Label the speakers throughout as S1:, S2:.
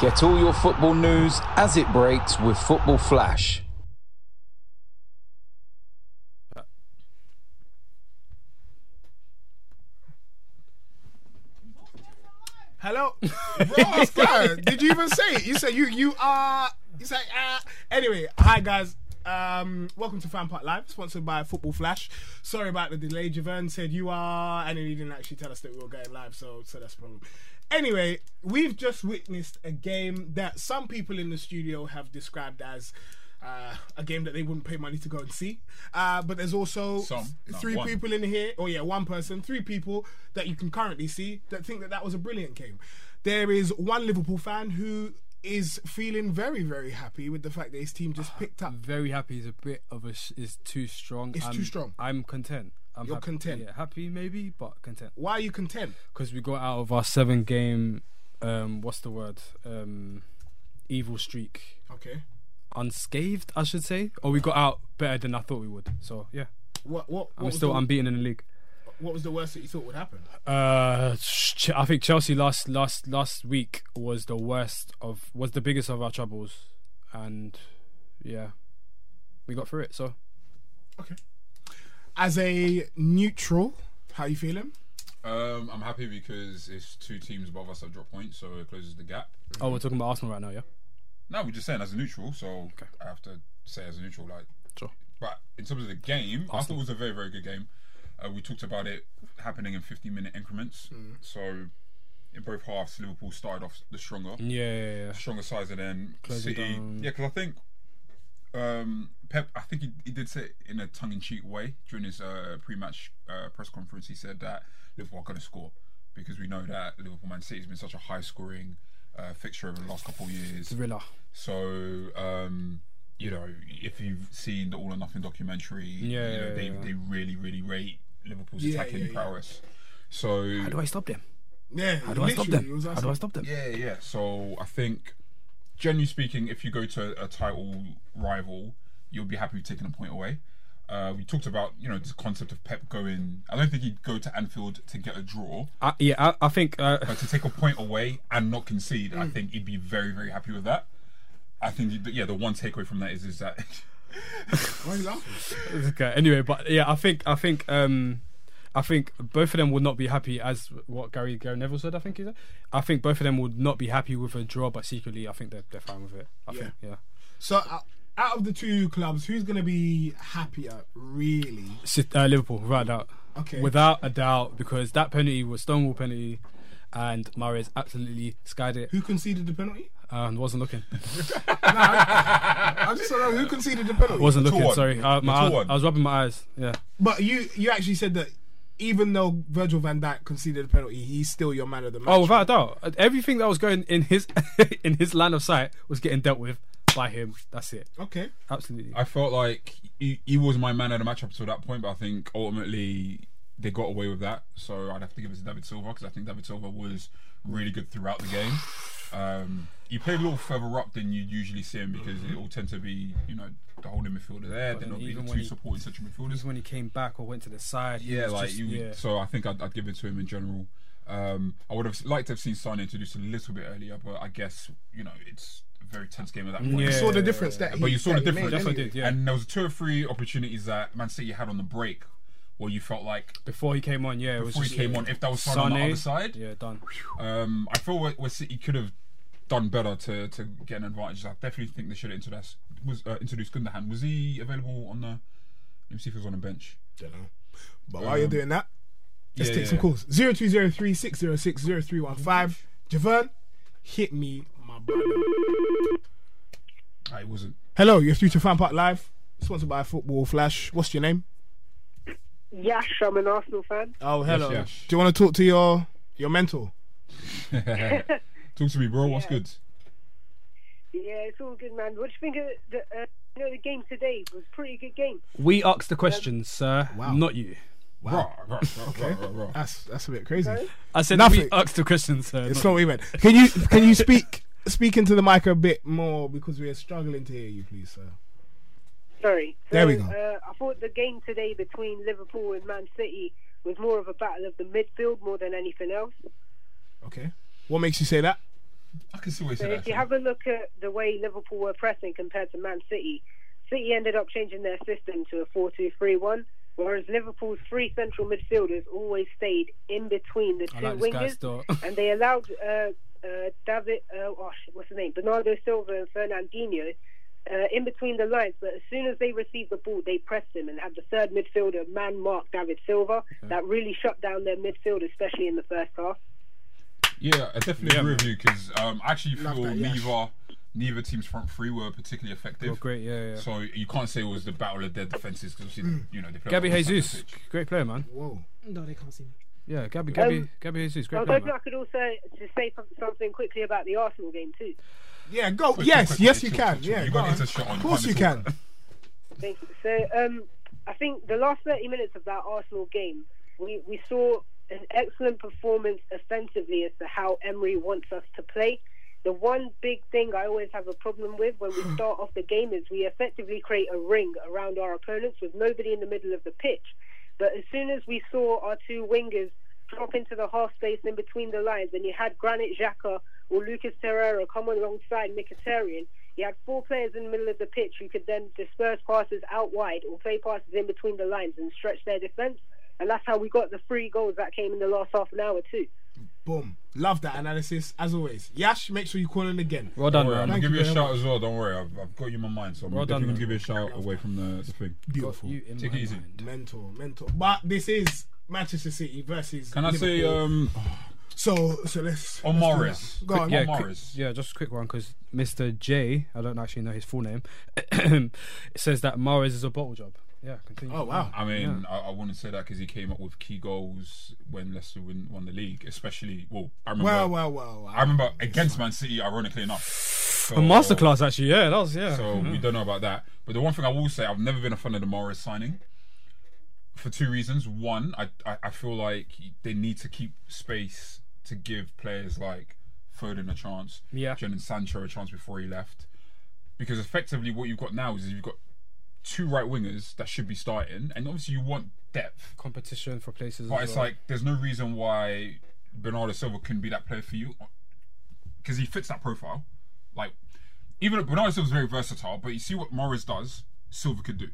S1: Get all your football news as it breaks with Football Flash.
S2: Hello, Ross, bro. Did you even say it? You said you you are. You say ah. Anyway, hi guys. Um, welcome to Fan Park Live, sponsored by Football Flash. Sorry about the delay. Javon said you are, and then he didn't actually tell us that we were going live, so so that's a problem. Anyway, we've just witnessed a game that some people in the studio have described as uh, a game that they wouldn't pay money to go and see. Uh, but there's also
S3: Some, no,
S2: three
S3: one.
S2: people in here, or yeah, one person, three people that you can currently see that think that that was a brilliant game. There is one Liverpool fan who is feeling very, very happy with the fact that his team just picked up.
S4: very happy is a bit of a sh- is too strong.
S2: It's
S4: I'm,
S2: too strong.
S4: I'm content. I'm
S2: You're
S4: happy.
S2: content.
S4: Yeah, happy maybe, but content
S2: Why are you content?
S4: because we got out of our seven game. Um, what's the word? Um, evil streak
S2: Okay.
S4: unscathed, I should say. Or we got out better than I thought we would. So yeah,
S2: What? What? what
S4: I'm
S2: was
S4: still
S2: the,
S4: unbeaten in the league.
S2: What was the worst that you thought would happen?
S4: Uh, Ch- I think Chelsea last last last week was the worst of was the biggest of our troubles, and yeah, we got through it. So
S2: Okay. As a neutral, how you feeling?
S3: Um, I'm happy because it's two teams above us that drop points, so it closes the gap.
S4: oh, we're talking about Arsenal right now, yeah.
S3: No, we're just saying as a neutral, so I have to say as a neutral, like.
S4: Sure.
S3: But in terms of the game, I thought it was a very, very good game. Uh, we talked about it happening in 15 minute increments. So in both halves, Liverpool started off the stronger,
S4: Yeah, yeah, yeah.
S3: stronger sides, and then
S4: Closing
S3: City.
S4: down.
S3: Yeah, because I think um, Pep, I think he, he did say it in a tongue in cheek way during his uh, pre match uh, press conference. He said that Liverpool are going to score because we know that Liverpool Man City has been such a high scoring uh, fixture over the last couple of years.
S4: Thriller.
S3: So, um, you know, if you've seen the All or Nothing documentary,
S4: Yeah,
S3: you know,
S4: yeah,
S3: they,
S4: yeah.
S3: they really, really rate Liverpool's
S2: Yeah,
S3: attacking
S2: yeah, yeah.
S3: prowess. So,
S4: How do I stop them?
S2: Yeah.
S4: How do I stop
S2: literally, it
S4: them?
S2: was
S4: How
S2: us.
S4: do I stop them?
S3: yeah, yeah. So, I think, generally speaking, if you go to a title rival, you'll be happy with taking a point away. Uh, we talked about, you know, this concept of Pep going. I don't think he'd go to Anfield to get a draw,
S4: I, yeah, I, I think uh,
S3: but to take a point away and not concede, I think he'd be very, very happy with that. I think, he'd- yeah, the one takeaway from that is is that
S2: Why are you laughing?
S4: okay, anyway, but yeah, I think I think um, I think both of them would not be happy as what Gary Gary Neville said. I think he said. I think both of them would not be happy with a draw, but secretly, I think they're they're fine with it. I
S2: Yeah.
S4: think yeah.
S2: So, uh, out of the two clubs, who's going to be happier, really?
S4: Sit- Uh, Liverpool, without a doubt.
S2: Okay.
S4: Without a doubt, because that penalty was Stonewall penalty, and Mares absolutely skied it
S2: Who conceded the penalty?
S4: and wasn't looking.
S2: I just don't know who conceded the penalty.
S4: Wasn't
S3: The tall
S4: looking.
S3: one.
S4: Sorry, uh,
S3: The
S4: my,
S3: tall
S4: eye-
S3: one.
S4: I was rubbing my eyes. Yeah.
S2: But you you actually said that even though Virgil van Dijk conceded the penalty, he's still your man of the match.
S4: Oh, without a doubt, everything that was going in his in his line of sight was getting dealt with by him. That's it.
S2: okay.
S4: Absolutely.
S3: I felt like he, he was my man of the match up until that point, but I think ultimately they got away with that. So I'd have to give it to David Silva because I think David Silva was really good throughout the game. Um, he played a little further up than you usually see him because it all tend to be, you know, the holding midfielder there. They're
S4: then
S3: not
S4: Mm-hmm. even
S3: being
S4: when
S3: two
S4: he-
S3: supporting central midfielders.
S4: Just when he came back or went to the side. he
S3: Yeah,
S4: was
S3: like
S4: just-
S3: you,
S4: yeah.
S3: so I think I'd, I'd give it to him in general. Um, I would have liked to have seen Son introduced a little bit earlier, but I guess you know it's a very tense game at that point.
S4: Yeah.
S2: You saw the difference that he
S3: But you saw
S2: that
S3: the
S2: he
S3: difference.
S2: made,
S4: Definitely
S2: didn't
S4: did,
S2: you?
S4: yeah.
S3: And there was two or three opportunities that Man City had on the break where you felt like
S4: Before he came on, yeah, it was
S3: before he
S4: just-
S3: came on, if that was Son on the
S4: Sané,
S3: other side,
S4: yeah, done.
S3: um, I feel where, where City could have done better to, to get an advantage. I definitely think they should have introduced was uh, introduced Gundogan. Was he available on the? Let me see if he was on the bench.
S2: Dunno. But while you're doing that, let's
S3: yeah,
S2: take
S3: yeah,
S2: some
S3: yeah.
S2: calls. Zero two zero three six zero six zero three one five. Javon, hit me, my brother.
S3: I Ah, wasn't.
S2: Hello, you're through to Fan Park Live, sponsored by Football Flash. What's your name?
S5: Yash, I'm an Arsenal fan.
S2: Oh, hello.
S3: Yash.
S2: Do you want to talk to your your mentor?
S3: Talk to me, bro. What's good?
S5: Yeah, it's all good, man. What do you think of the, uh, you know, the game today? It was a pretty good game.
S4: We asked the questions, sir. Not you.
S3: Wow. Rah, rah, rah, rah, rah, rah.
S2: That's that's a bit crazy.
S4: I said
S2: Nothing.
S4: we asked the questions, sir.
S2: It's
S4: not
S2: not what we meant. Can you can you speak speak into the mic a bit more because we are struggling to hear you, please, sir.
S5: Sorry. So,
S2: There we go.
S5: Uh, I thought the game today between Liverpool and Man City was more of a battle of the midfield more than anything else.
S2: Okay. What makes you say that?
S3: I can see what he
S5: So
S3: said.
S5: if you have a look at the way Liverpool were pressing compared to Man City, City ended up changing their system to a 4 2 3 1, whereas Liverpool's three central midfielders always stayed in between the two
S4: I like this guy's
S5: wingers,
S4: thought.
S5: and they allowed uh, uh, David, uh, oh, sh- what's his name, Bernardo Silva and Fernandinho uh, in between the lines. But as soon as they received the ball, they pressed him and had the third midfielder man mark David Silva. That really shut down their midfield, especially in the first half.
S3: Yeah, I definitely agree with you because um, I actually
S2: Love
S3: feel
S2: that, yeah.
S3: neither neither team's front three were particularly effective.
S4: Well, Oh, great, yeah, yeah.
S3: So you can't say it was the battle of their defenses because
S2: Mm.
S3: you know they played.
S4: Gabby
S3: on the side of the
S4: Jesus,
S3: pitch.
S4: great player, man.
S2: Whoa.
S6: No, they can't see me.
S4: Yeah, Gabby, Gabby,
S5: Um,
S4: Gabby Jesus,
S5: I
S4: great
S5: was
S4: player.
S5: hoping
S4: Man.
S5: I could also just say some- something quickly about the Arsenal game too.
S2: Yeah, go.
S3: Quick,
S2: yes,
S3: quick,
S2: yes,
S3: quick,
S2: you
S3: quick,
S2: can.
S3: quick,
S2: yeah,
S3: quick. You
S2: go
S3: got
S2: on.
S3: into shot on
S2: Of course,
S3: time
S2: you
S3: to
S2: can.
S3: talk.
S5: Thank you. So um, I think the last 30 minutes of that Arsenal game, we, we saw an excellent performance offensively as to how Emery wants us to play. The one big thing I always have a problem with when we start off the game is we effectively create a ring around our opponents with nobody in the middle of the pitch. But as soon as we saw our two wingers drop into the half space in between the lines, and you had Granit Xhaka or Lucas Torreira come alongside Mkhitaryan, you had four players in the middle of the pitch who could then disperse passes out wide or play passes in between the lines and stretch their defence. And that's how we got the three goals that came in the last half an hour too.
S2: Boom. Love that analysis as always. Yash, make sure you call in again.
S4: Well done,
S3: Don't worry, I'm
S4: man.
S3: gonna
S2: Thank
S3: Um, give
S2: you
S3: you a
S2: very
S3: shout as well. Don't worry, I've, I've got you in my mind, so I'm
S4: Well done,
S3: definitely gonna give
S4: man.
S3: you a shout away from the, the thing.
S2: Beautiful.
S4: You in
S3: Take
S4: my
S3: it easy.
S4: mind.
S2: Mental, mental. But this is Manchester City versus.
S3: Can I say
S2: Liverpool.
S3: um,
S2: So, so let's.
S3: on
S2: let's do
S3: Morris?
S2: that. Go on.
S4: yeah,
S3: Omar
S4: quick-
S3: is-
S4: yeah, just a quick one because Mr. J, I don't actually know his full name, says that Mares is a bottle job. Yeah, continue.
S2: Oh wow.
S3: I mean, I, I wouldn't say that because he came up with key goals when Leicester win, won the league, especially. Well, I remember.
S2: Wow, wow, wow.
S3: I remember against Man City, ironically enough. So,
S4: A masterclass, actually. Yeah, that was yeah.
S3: So we don't know about that. But the one thing I will say, I've never been a fan of the Morris signing for two reasons. One, I, I, I feel like they need to keep space to give players like Foden a chance,
S4: Yeah.
S3: Jadon Sancho a chance before he left. Because effectively, what you've got now is you've got two right wingers that should be starting, and obviously, you want depth.
S4: competition for places.
S3: But
S4: as
S3: it's
S4: well.
S3: like there's no reason why Bernardo Silva couldn't be that player for you because he fits that profile. Like even Bernardo Silva's very versatile, but you see what Morris does, Silva could do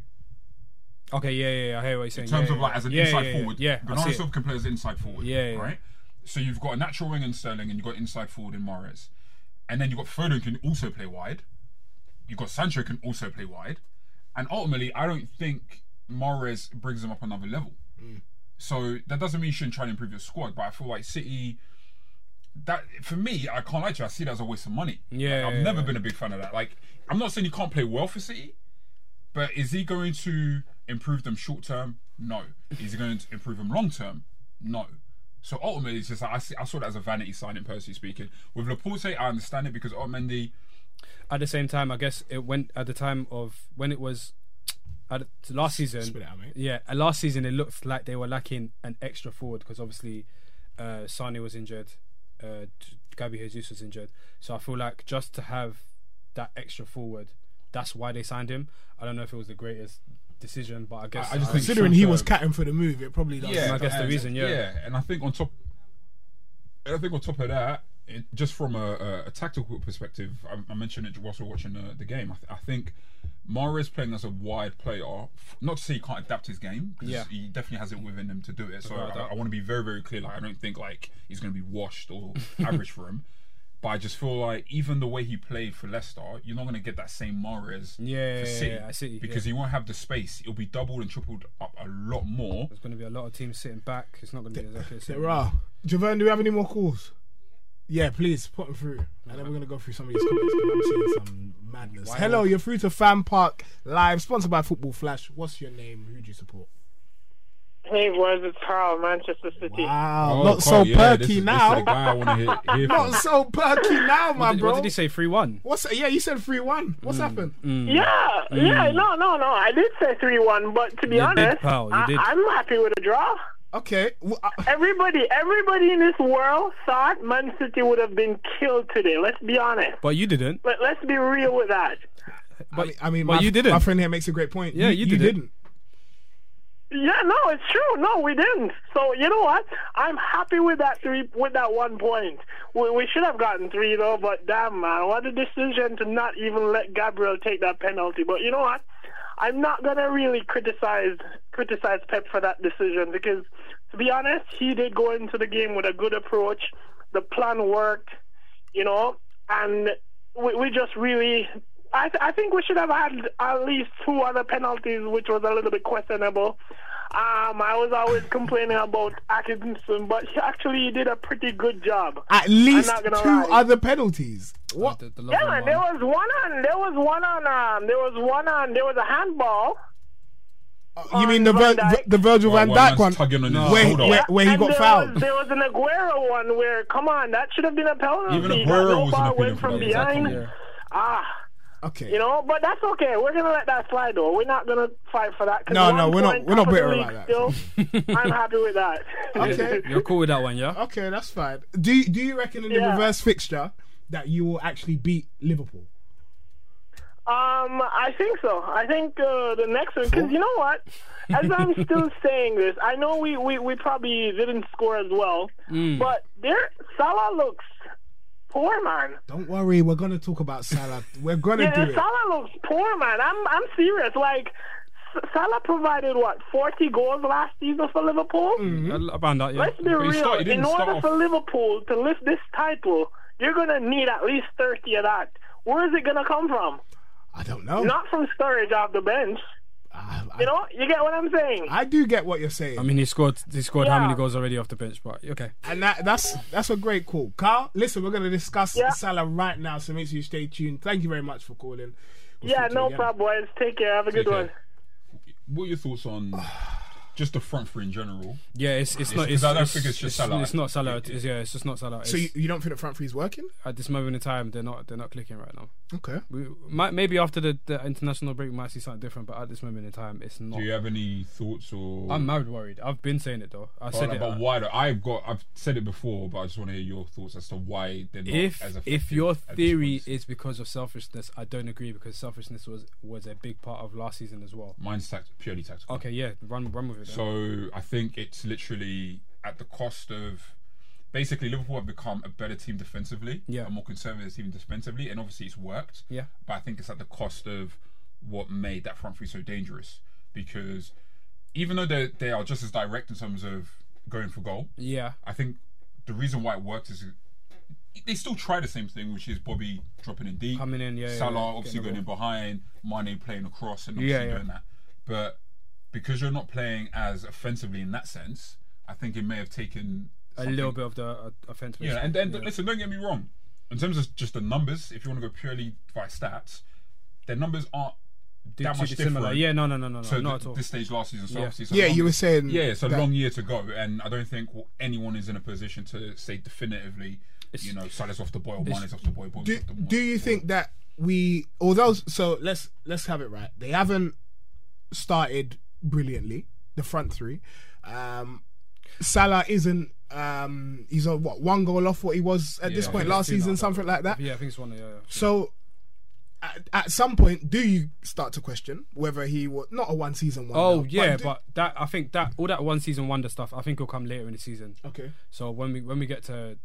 S4: okay, yeah, yeah, yeah, I hear what you're saying.
S3: in terms
S4: yeah,
S3: of
S4: yeah,
S3: like as an
S4: yeah,
S3: inside
S4: yeah, yeah,
S3: forward.
S4: Yeah, I
S3: Bernardo
S4: see it.
S3: Silva can play as an inside forward.
S4: Yeah, yeah.
S3: right. So you've got a natural wing in Sterling, and you've got inside forward in Morris, and then you've got Foden can also play wide. You've got Sancho can also play wide, and ultimately, I don't think Morris brings them up another level. So that doesn't mean you shouldn't try to improve your squad, but I feel like City. That for me, I can't lie to you. I see that as a waste of money.
S4: Yeah,
S3: Like, I've
S4: yeah,
S3: never
S4: yeah.
S3: been a big fan of that. Like, I'm not saying you can't play well for City, but is he going to improve them short term? No. Is he going to improve them long term? No. So ultimately, it's just like I, see, I saw that as a vanity signing, personally speaking. With Laporte, I understand it because Otamendi,
S4: At the same time, I guess it went at the time of when it was at last season.
S2: Spit it out, mate.
S4: Yeah, uh, last season it looked like they were lacking an extra forward because obviously uh, Sane was injured, uh, T- Gabi Jesus was injured. So I feel like just to have that extra forward, that's why they signed him. I don't know if it was the greatest decision, but I guess
S3: I just think-
S2: Considering he was
S3: Sancho-
S2: catting for the move, it probably does.
S3: yeah,
S4: I guess the
S3: and-
S4: reason, yeah.
S3: yeah, and I think on top, and I think on top of that, it, just from a, a, a tactical perspective, I, I mentioned it whilst we were watching the, the game. I, th- I think Mares playing as a wide player, f- not to say he can't adapt his game, 'cause
S4: Yeah.
S3: he definitely has it within him to do it. So
S4: Without a
S3: I,
S4: doubt.
S3: I want to be very, very clear. Like I don't think like he's going to be washed or average for him. But I just feel like even the way he played for Leicester, you're not going to get that same Mares
S4: Yeah,
S3: for
S4: yeah,
S3: City
S4: yeah, I see,
S3: because
S4: yeah.
S3: he won't have the space. It'll be doubled and tripled up a lot more.
S4: there's going to be a lot of teams sitting back. It's not going to be exactly the same.
S2: There are. Javon, do we have any more calls? Yeah, please put them through, and then we're gonna go through some of these comments. 'cause I'm seeing some madness. Hello, you're through to Fan Park Live, sponsored by Football Flash. What's your name? Who do you support?
S6: Hey, boys, it's Carl, Manchester City.
S2: Wow,
S3: Oh,
S2: not so
S3: Carl, yeah, this
S2: perky
S3: is- This is the
S2: now.
S3: guy I want to hear, hear from.
S2: Not so perky now, my
S4: Did-
S2: bro.
S4: What did he say? Mm, Three one.
S2: What's yeah? You said three one. What's happened?
S6: Yeah, yeah, no, no, no. I did say 3 1, but to be
S4: Mm. You did,
S6: honest,
S4: pal, you
S6: I,
S4: did.
S6: I'm happy with a draw.
S2: Okay. Well, I-
S6: Everybody, everybody in this world thought Man City would have been killed today. Let's be honest.
S4: But you didn't.
S6: Let, let's be real with that.
S2: I mean, I mean
S4: but
S2: my,
S4: you didn't.
S2: My friend here makes a great point.
S4: Yeah,
S2: you
S4: you didn't.
S2: didn't.
S6: Yeah, no, it's true. No, we didn't. So you know what? I'm happy with that three, with that one point. We, we should have gotten three though. But damn, man, what a decision to not even let Gabriel take that penalty. But you know what? I'm not gonna really criticize criticize Pep for that decision because, to be honest, he did go into the game with a good approach. The plan worked, you know, and we, we just really. I, th- I think we should have had at least two other penalties, which was a little bit questionable. Um, I was always complaining about Atkinson, but he actually did a pretty good job.
S2: At least
S6: not
S2: two
S6: gonna lie.
S2: other penalties. What?
S4: Uh, The, the
S6: Yeah,
S4: Lovren
S6: man,
S4: one.
S6: there was one on, there was one on, um, there was one on, there was a handball.
S2: you mean the Vir-
S6: Van
S2: Vir-
S6: Dijk.
S2: the Virgil
S3: Well,
S2: Van
S3: one
S2: Dijk
S3: man's
S2: one?
S3: tugging on his
S2: where,
S3: shoulder.
S2: Oh, where, where he
S6: And
S2: got
S6: there
S2: fouled.
S6: Was, there was an Aguero one where, come on, that should have been a penalty.
S3: Even
S6: That
S3: Aguero
S6: no
S3: was
S6: ball
S3: in the
S6: went from
S3: penalty, exactly,
S6: behind.
S3: yeah.
S6: Ah,
S2: okay.
S6: you know, but that's okay. We're gonna let that slide, though. We're not gonna fight for that. 'cause
S2: No,
S6: one
S2: no, we're not-
S6: point,
S2: we're not
S6: top of the
S2: bitter
S6: league
S2: about
S6: Still, I'm happy with that.
S2: Okay.
S4: You're cool with that one, yeah?
S2: Okay, that's fine. Do you, do you reckon in the
S6: Yeah.
S2: reverse fixture that you will actually beat Liverpool?
S6: Um, I think so. I think uh, the next one, because you know what? As I'm still saying this, I know we, we, we probably didn't score as well, but there Salah looks poor, man.
S2: Don't worry, we're gonna talk about Salah. We're gonna
S6: Yeah,
S2: do it.
S6: Salah looks poor, man. I'm I'm serious. Like S- Salah provided what 40 goals last season for Liverpool.
S2: Mm.
S4: Uh, Around that, yeah.
S6: Let's be
S3: he
S6: real.
S3: start- he didn't
S6: In
S3: start
S6: order
S3: off-
S6: for Liverpool to lift this title, you're gonna need at least 30 of that. Where is it gonna come from?
S2: I don't know.
S6: Not from Sturridge off the bench.
S2: I, I-
S6: You know, you get what I'm saying.
S2: I do get what you're saying,
S4: I mean, he scored. He scored how many
S6: Yeah.
S4: goals already off the bench? But okay.
S2: and that, that's that's a great call, Carl. Listen, we're gonna discuss
S6: Yeah.
S2: Salah right now, so make sure you stay tuned. Thank you very much for calling. We'll
S6: yeah,
S2: speak to you
S6: no
S2: again.
S6: problem, boys. Take care. Have a good
S3: Okay.
S6: one.
S3: What are your thoughts on just the front three in general?
S4: Yeah, it's it's not.
S3: because
S4: It's,
S3: I don't
S4: it's,
S3: think it's just
S4: it's,
S3: Salah.
S4: it's not Salah. It's, yeah, it's just not Salah.
S2: So you,
S4: It's-
S2: you don't think the front three's working?
S4: at this moment in time, they're not. They're not clicking right now.
S2: Okay.
S4: We might maybe after the, the international break, we might see something different. But at this moment in time, it's not.
S3: Do you have any thoughts or?
S4: I'm mad worried. I've been saying it though. I said
S3: But
S4: it. uh,
S3: why? do- I've got. I've said it before, but I just want to hear your thoughts as to why they're not
S4: if
S3: as effective.
S4: if your
S3: at this
S4: theory
S3: point.
S4: is because of selfishness, I don't agree because selfishness was was a big part of last season as well.
S3: mine's tact- purely tactical.
S4: Okay, yeah, run run with it. then.
S3: So I think it's literally at the cost of basically Liverpool have become a better team defensively,
S4: Yeah.
S3: a more conservative team defensively, and obviously it's worked.
S4: Yeah.
S3: But I think it's at the cost of what made that front three so dangerous because even though they they are just as direct in terms of going for goal,
S4: yeah,
S3: I think the reason why it worked is they still try the same thing, which is Bobby dropping in deep,
S4: Coming in, yeah, yeah,
S3: Salah
S4: yeah,
S3: obviously
S4: getting
S3: going
S4: the
S3: in behind, Mane playing across and obviously
S4: Yeah, yeah.
S3: doing that. But because you're not playing as offensively in that sense, I think it may have taken
S4: a little bit of the uh, offense.
S3: Yeah, and then listen, don't get me wrong. In terms of just the numbers, if you want to go purely by stats, their numbers aren't
S4: Did-
S3: that
S4: too
S3: much
S4: dissimilar.
S3: different.
S4: Yeah, no, no, no, no, no,
S3: So
S4: not
S3: th-
S4: at all.
S3: this stage last season, so
S4: Yeah.
S3: obviously, it's a
S2: Yeah,
S3: long-
S2: you were saying
S3: Yeah, it's a
S2: that-
S3: long year to go, and I don't think anyone is in a position to say definitively, you know, Salah's off the boil, Mane's off the boil, Bobby's
S2: do,
S3: off the boil.
S2: do you think that we although so let's let's have it right they haven't started brilliantly the front three um salah isn't um he's on what one goal off what he was at this
S4: I
S2: point
S4: think it's
S2: last
S4: two now,
S2: season
S4: but-
S2: something like that
S4: yeah, I think it's one. Yeah, yeah.
S2: so at, at some point do you start to question whether he was not a one season one?
S4: Oh
S2: now,
S4: yeah,
S2: do-
S4: but that I think that all that one season wonder stuff I think will come later in the season.
S2: okay
S4: So when we when we get to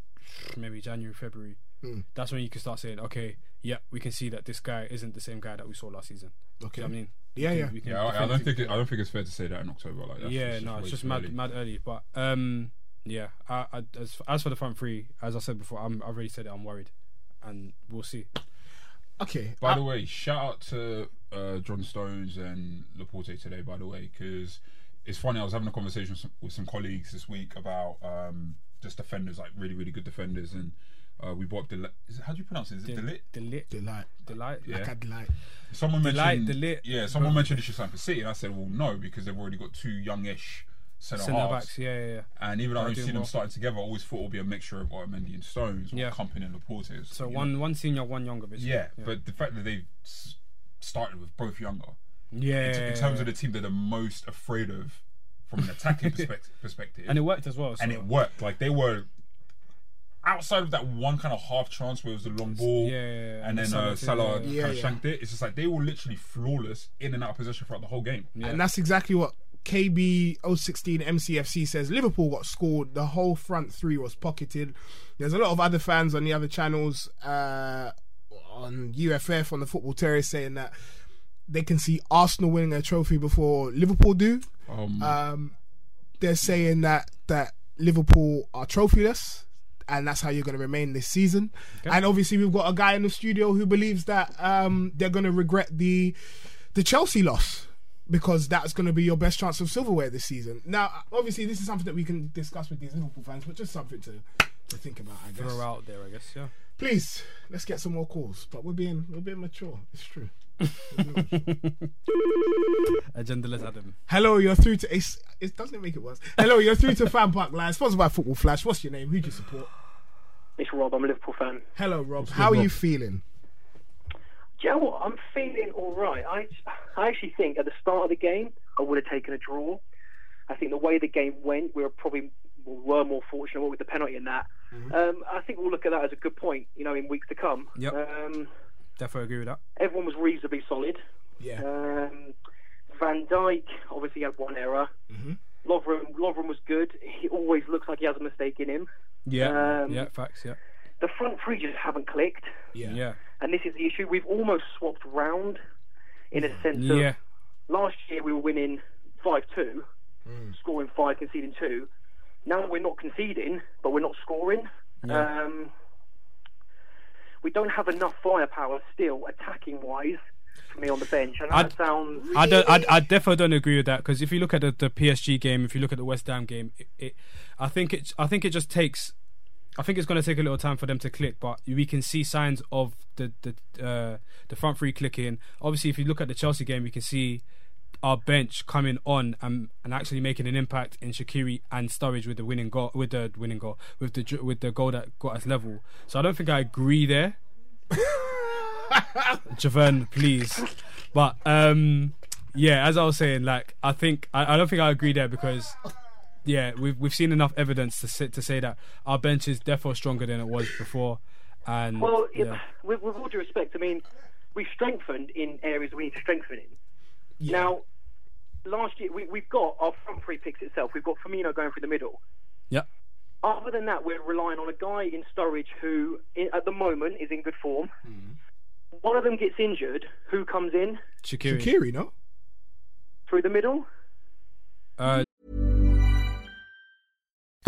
S4: maybe January February,
S2: Hmm.
S4: that's when you can start saying, okay, yeah, we can see that this guy isn't the same guy that we saw last season.
S2: okay
S4: I mean,
S2: yeah yeah
S4: we can
S3: Yeah, I, I don't
S4: definitively-
S3: think it, I don't think it's fair to say that in October like that.
S4: yeah, no, it's just mad, mad early. But um, yeah, I, I, as as for the front three, as I said before, I'm, I've already said it. I'm worried, and we'll see.
S2: okay
S3: By the way, shout out to uh, John Stones and Laporte today. By the way, because it's funny. I was having a conversation with some, with some colleagues this week about um, just defenders, like really, really good defenders, and Uh, we bought up Deli- is it- How do you pronounce it? Is it Delit?
S4: Delight,
S2: Delight.
S4: delight.
S3: Yeah.
S2: Like a delight.
S3: Someone
S4: Delight,
S3: mentioned
S4: Delict,
S3: Yeah, someone mentioned they should sign for City, and I said, well, no, because they've already got two youngish centre
S4: Centre
S3: halves.
S4: backs. Yeah, yeah, yeah.
S3: And even though I've
S4: doing
S3: seen them
S4: well.
S3: starting together, I always thought it would be a mixture of Otamendi and Stones, or
S4: Yeah.
S3: Company and Laporte.
S4: So one one senior, one younger. Basically.
S3: Yeah, but the fact that they s- started with both younger,
S4: yeah.
S3: in, t- in terms of the team they're the most afraid of from an attacking perspective, perspective,
S4: and it worked as well. So.
S3: and it worked. Like they were outside of that one kind of half chance where it was a long ball,
S4: Yeah, yeah, yeah.
S3: and then
S4: Salah
S3: uh,
S4: did,
S3: Salah
S4: yeah,
S2: yeah.
S3: kind of
S2: Yeah,
S3: shanked it. It's just like they were literally flawless in and out of possession throughout the whole game.
S2: And that's exactly what oh KB 016 MCFC says. Liverpool got scored. The whole front three was pocketed. There's a lot of other fans on the other channels uh, on UFF, on the football terrace, saying that they can see Arsenal winning a trophy before Liverpool do.
S3: Um,
S2: They're saying that, that Liverpool are trophyless. And that's how you're going to remain this season. And obviously, we've got a guy in the studio who believes that um, they're going to regret the the Chelsea loss because that's going to be your best chance of silverware this season. Now, obviously, this is something that we can discuss with these Liverpool fans, but just something to, to think about, I
S4: Throw
S2: guess.
S4: out there, I guess. Yeah.
S2: Please, let's get some more calls. But we're being we're being mature. It's true.
S4: Agendaless Adam.
S2: Hello, you're through to it's, it doesn't it make it worse. Hello, you're through to Fan Park Live, sponsored by Football Flash. What's your name? Who do you support?
S7: It's Rob. I'm a Liverpool fan.
S2: Hello, Rob. How are you feeling?
S7: Do you know what? I'm feeling all right. I, I actually think at the start of the game, I would have taken a draw. I think the way the game went, we were probably we were more fortunate with the penalty in that. Um, I think we'll look at that as a good point, you know, in weeks to come.
S4: Yep.
S7: Um,
S4: Definitely agree with that.
S7: everyone was reasonably solid.
S2: Yeah.
S7: Um, Van Dijk obviously had one error.
S4: Mm-hmm.
S7: Lovren, Lovren was good. He always looks like he has a mistake in him.
S4: Yeah.
S7: Um,
S4: yeah. Facts. Yeah.
S7: The front three just haven't clicked,
S4: Yeah.
S7: and this is the issue. We've almost swapped round in a sense of
S4: Yeah.
S7: last year we were winning 5 2,
S4: Mm.
S7: scoring 5, conceding 2. Now we're not conceding, but we're not scoring. Um, we don't have enough firepower still, attacking wise, for me on the bench. And that
S4: I'd-
S7: sounds.
S4: I don't. I, I definitely don't agree with that because if you look at the, the PSG game, if you look at the West Ham game, it, it, I think it. I think it just takes. I think it's going to take a little time for them to click, but we can see signs of the the uh, the front three clicking. Obviously, if you look at the Chelsea game, we can see our bench coming on and and actually making an impact in Shakiri and Sturridge with the winning goal with the winning goal with the ju- with the goal that got us level. So I don't think I agree there. Javon, please. But um, yeah, as I was saying, like I think I, I don't think I agree there because yeah, we've we've seen enough evidence to sit to say that our bench is therefore stronger than it was before. And
S7: Well, it,
S4: yeah,
S7: with, with all due respect, I mean, we've strengthened in areas we need to strengthen in. Now, last year, we, we've got our front three picks itself. We've got Firmino going through the middle.
S4: yeah,
S7: other than that, we're relying on a guy in Sturridge who, i at the moment, is in good form. One of them gets injured. Who comes in
S4: Shakiri.
S2: Kiri, no?
S7: through the middle?
S4: Uh,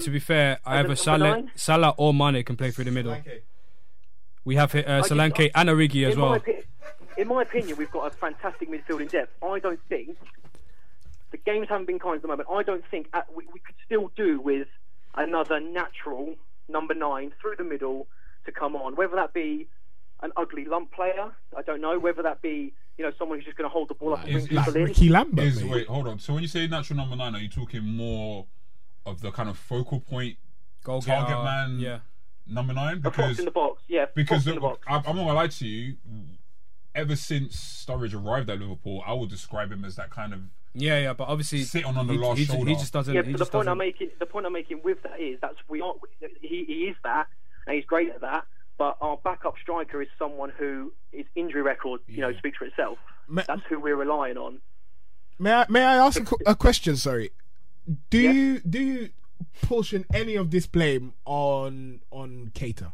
S4: to be fair, I have a
S7: number
S4: Salah,
S7: nine?
S4: Salah or Mane can play through the middle. We have uh, Solanke and Origi as
S7: in,
S4: well.
S7: my opi- in my opinion, we've got a fantastic midfield in depth. I don't think the games haven't been kind at the moment. I don't think at, we, we could still do with another natural number nine through the middle to come on. Whether that be an ugly lump player, I don't know. Whether that be you know someone who's just going to hold the ball up and
S3: Is-
S7: bring
S3: is
S7: people in.
S2: Ricky Lambert.
S3: Is, wait, hold on. So when you say natural number nine, are you talking more of the kind of focal point
S4: Goal
S3: target
S4: getter,
S3: man
S4: Yeah.
S3: number nine?
S7: A fox
S3: Because
S7: in the box, yeah.
S3: because
S7: fox in the
S3: look,
S7: box.
S3: I, I'm not gonna lie to you. Ever since Sturridge arrived at Liverpool, I would describe him as that kind of
S4: Yeah, yeah, but obviously
S3: Sit on on the
S4: he,
S3: last
S4: he, he
S3: shoulder.
S4: just doesn't.
S7: yeah,
S4: he
S7: but the
S4: just
S7: point I'm
S4: doesn't-
S7: making, the point I'm making with that is that's we are he, he is that and he's great at that, but our backup striker is someone who is injury record, you know, speaks for itself.
S2: Ma-
S7: That's who we're relying on.
S2: May I may I ask a, qu- a question? Sorry, do
S7: Yeah.
S2: you do you portion any of this blame on on Cater.